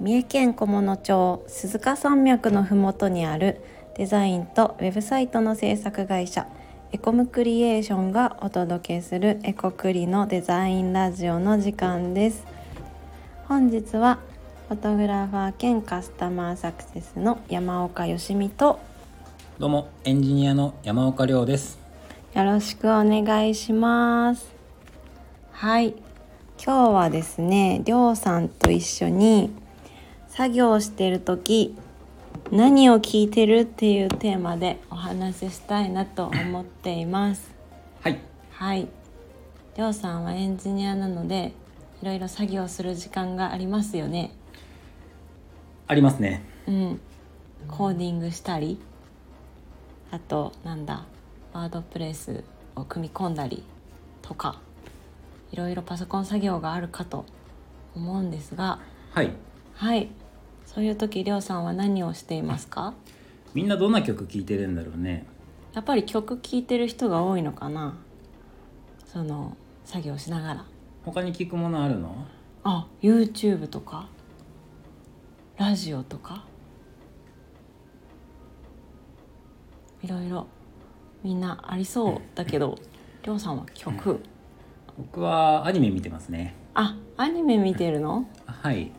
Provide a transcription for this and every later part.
三重県菰野町鈴鹿山脈のふもとにあるデザインとウェブサイトの制作会社エコムクリエーションがお届けするエコクリのデザインラジオの時間です本日はフォトグラファー兼カスタマーサクセスの山岡よしみとどうもエンジニアの山岡亮です。よろしくお願いします。はい、今日はですね、りょうさんと一緒に作業してる時何を聞いてるっていうテーマでお話ししたいなと思っています。はい。はい、りょうさんはエンジニアなので、いろいろ作業する時間がありますよね。ありますね。うん、コーディングしたり、あとなんだ、ワードプレスを組み込んだりとか、いろいろパソコン作業があるかと思うんですが、はい。はい、そういう時りょうさんは何をしていますか？みんなどんな曲聴いてるんだろうね。やっぱり曲聴いてる人が多いのかな。その作業しながら、他に聞くものあるの？あ、YouTube とか、ラジオとか、いろいろみんなありそうだけど、りょうさんは曲、僕はアニメ見てますね。あ、アニメ見てるの？はい。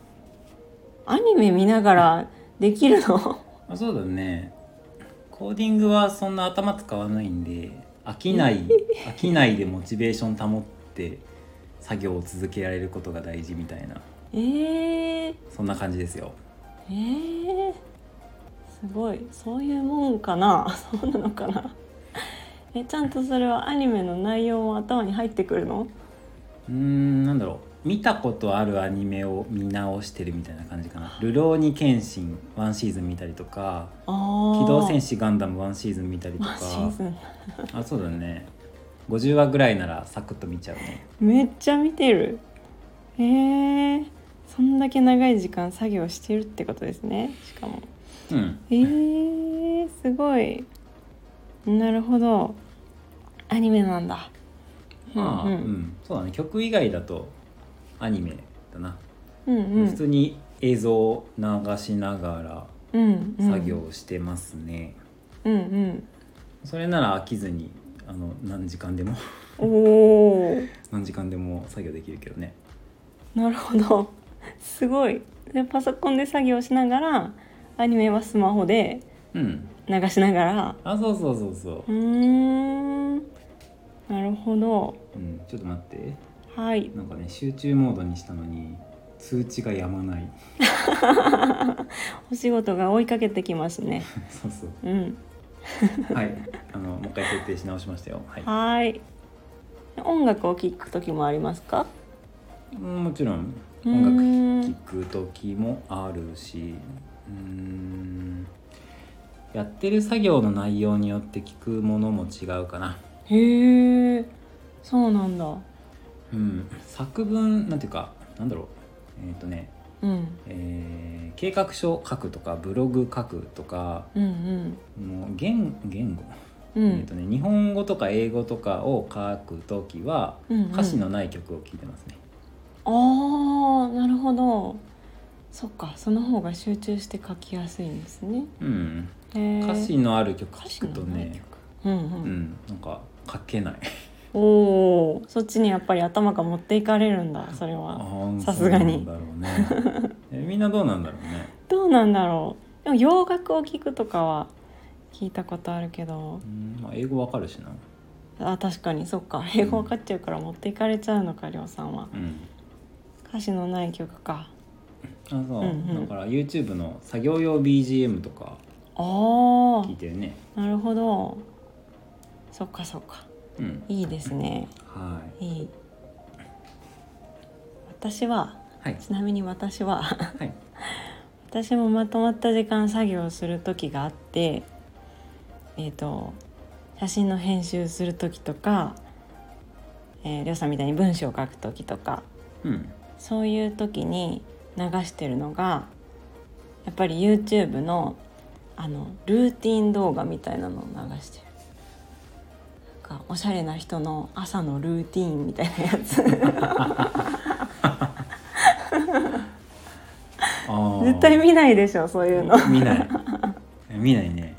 アニメ見ながらできるの？ あそうだね。コーディングはそんな頭使わないんで、飽き ない飽きないでモチベーション保って作業を続けられることが大事みたいなえー、そんな感じですよ。えー、すごいそういうもんかな そうなのかなえちゃんとそれはアニメの内容も頭に入ってくるのうーん、なんだろう。見たことあるアニメを見直してるみたいな感じかな。流浪に剣心ワンシーズン見たりとか。あー機動戦士ガンダム1シーズン見たりとまかあシーズンあそうだね50話ぐらいならサクッと見ちゃうねめっちゃ見てるえー、そんだけ長い時間作業してるってことですねしかもうんえー、すごいなるほどアニメなんだまあ、ううんんうんそうだね曲以外だとアニメだな、うんうん普通に映像を流しながうんうらん作業してますね、うんうんそれなら飽きずにあの何時間でも おお何時間でも作業できるけどねなるほどすごいでパソコンで作業しながらアニメはスマホでうん流しながらあそうそうそうそううーんなるほどうん、ちょっと待ってはいなんかね集中モードにしたのに通知がやまない お仕事が追いかけてきます ねそうそううんはい、あのもう一回設定し直しましたよ。はい。はい音楽を聴く時もありますかうんもちろんうー音楽ん聴く時もあるし、うーん、やってる作業の内容によって聞くものも違うかな。へえそうなんだうん、作文なんていうか、なんだろう。えっ、とね、うんえー計画書書くとかブログ書くとか、うんもう言言語、うんうえっ、んとね、日本語とか英語とかを書く時はうんうん歌詞のない曲を聴いてますね。あーなるほどそっかその方が集中して書きやすいんですねうん。へー歌詞のある曲歌詞聴のくとないね曲うんうんうんなんか書けないおおそっちにやっぱり頭が持っていかれるんだそれあはー さすがにそうなんだろうねえみんなどうなんだろうねどうなんだろうでも洋楽を聴くとかは聞いたことあるけどうん、まあ、英語わかるしなあ確かにそっか英語わかっちゃうから持っていかれちゃうのかりょうさんはうん歌詞のない曲かあそう、うんうんだから YouTube の作業用 BGM とかあ聞いてるねあなるほどそっかそっかうんいいですねはいい私はいはいちなみに私は はい私もまとまった時間作業する時があってえっ、と写真の編集する時とか、えー、りょうさんみたいに文章を書く時とかうんそういう時に流してるのがやっぱり YouTube のあのルーティン動画みたいなのを流してる。なんかおしゃれな人の朝のルーティンみたいなやつああ絶対見ないでしょそういうの見ない見ないね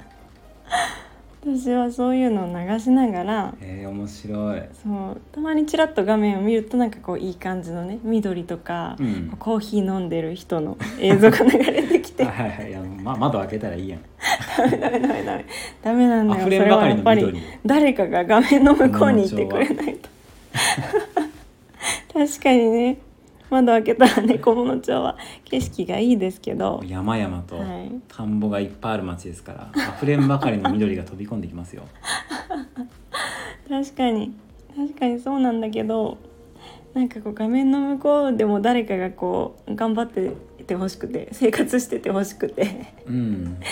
私はそういうのを流しながらえー、面白いそうたまにちらっと画面を見るとなんかこういい感じのね緑とか、うんコーヒー飲んでる人の映像が流れてきてあはいはいいや、ま、窓開けたらいいやんダメダメダメダメダメなんだよ溢れんばかりそれはやのっぱ緑り誰かが画面の向こうにいてくれない と確かにね窓開けたらね小物町は景色がいいですけど山々とはい田んぼがいっぱいある町ですから、溢れんばかりの緑が飛び込んでき ますよ確かに確かにそうなんだけどなんかこう画面の向こうでも誰かがこう頑張っててほしくて生活しててほし くてうんで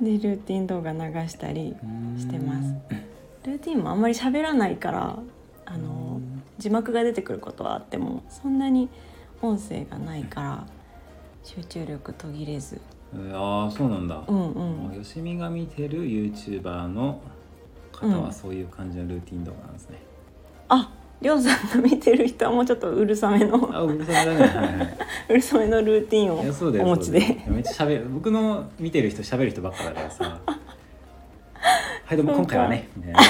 ルーティン動画流したりうんしてますルーティンもあんまり喋らないからあの字幕が出てくることはあってもそんなに音声がないから集中力途切れずうんああそうなんだ、うんうん吉見が見てる YouTuber の方はそういう感じのルーティン動画なんですね、ありょうさんの見てる人はもうちょっとうるさめのあうるさいだねはいはいうるさめのルーティンいやそうだよをお持ちそうだでよめっちゃしゃべる僕の見てる人しゃべる人ばっかだか らさはいどうもそう今か回はねみた いな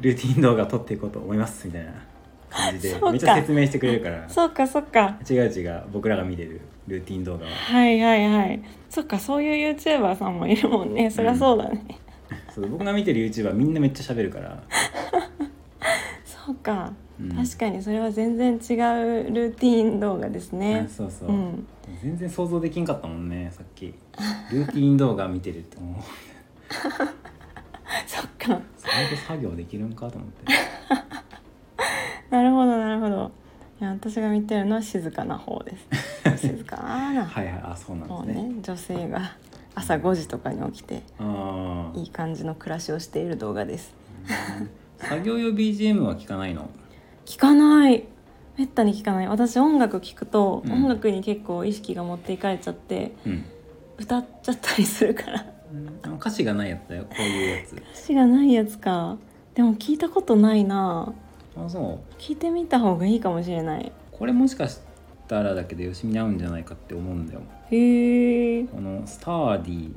ルーティン動画撮っていこうと思いますみたいな感じでそうかめっちゃ説明してくれるからそうかそうか違う違う僕らが見てるルーティン動画ははいはいはいそっかそういう YouTuber さんもいるもんねそりゃそうだね、そう僕が見てる YouTuber みんなめっちゃしゃべるからそうか、うん確かにそれは全然違うルーティン動画ですねあそうそう、うん全然想像できんかったもんねさっきルーティン動画見てるってもうそっかそれで作業できるんかと思ってなるほどなるほどいや私が見てるのは静かな方です 静かな、はいはいあそうなんでもすうねね女性が朝5時とかに起きてああいい感じの暮らしをしている動画です作業用 BGM は聞かないの聞かないめったに聞かない私音楽聞くと、うん音楽に結構意識が持っていかれちゃってうん歌っちゃったりするから歌詞がないやつだよこういうやつ歌詞がないやつかでも聞いたことないなあそう聞いてみた方がいいかもしれないこれもしかしたらだけでよしみに合うんじゃないかって思うんだよへえこの「スターディー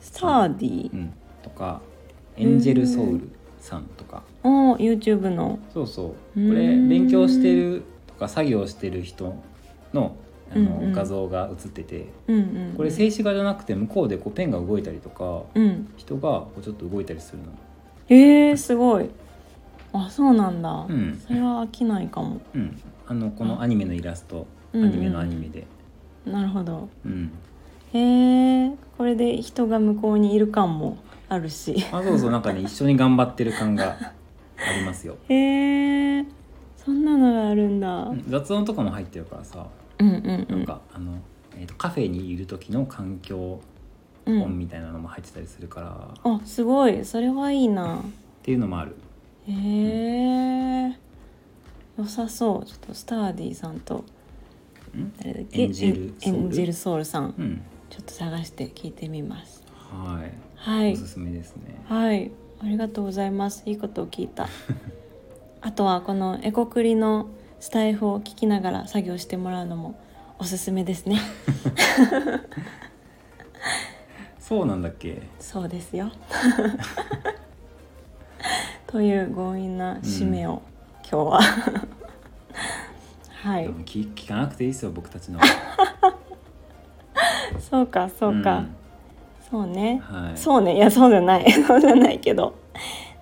スターディ」うーん、とか「エンジェルソウル」さんとかお YouTube のそうそううーんこれ勉強してるとか作業してる人のあの、うんうん画像が映っててうんうんうんこれ静止画じゃなくて向こうでこうペンが動いたりとかうん人がこうちょっと動いたりするのえー、すごいあそうなんだ、うんそれは飽きないかもうん、あのこのアニメのイラスト、うんアニメのアニメで、なるほどうん、へえこれで人が向こうにいる感もあるしあそうそうな んかね一緒に頑張ってる感がありますよ、へえそんなのがあるんだ、うん雑音とかも入ってるからさうん、うんうんなんか、あの、えー、とカフェにいる時の環境う音ん、みたいなのも入ってたりするから、っあすごいそれはいいなていうのもあるへえ良さそうちょっとスターディーさんとん誰だっけエンジェルエンソウルエンジェルソウルさんうんちょっと探して聞いてみますはい、はいおすすめですねはいありがとうございますいいことを聞いた あとはこのエコクリのスタイフを聞きながら作業してもらうのもおすすめです ねそうなんだっけそうですよ という強引な使命を、今日は はでいも聞聞かなくていいですよ僕たちのそうかそうか、そうね、はいそうねいやそうじゃない そうじゃないけど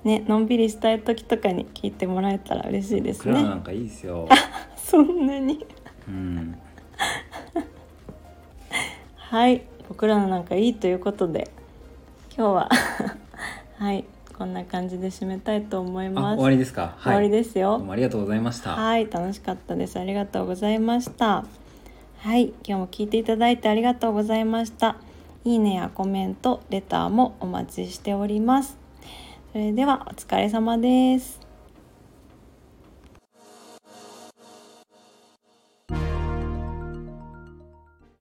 ねのんびりしたい時とかに聞いてもらえたら嬉しいです僕らなねんかいいですよ、そんなに うん、はい僕らのなんかいいということで今日は はいこんな感じで締めたいと思いあます終わりですか、終はい、わりですよどうもありがとうございましたはい、楽しかったです。ありがとうございました。はい、今日も聞いていただいてありがとうございました。いいねやコメント、レターもお待ちしております。それではお疲れ様です。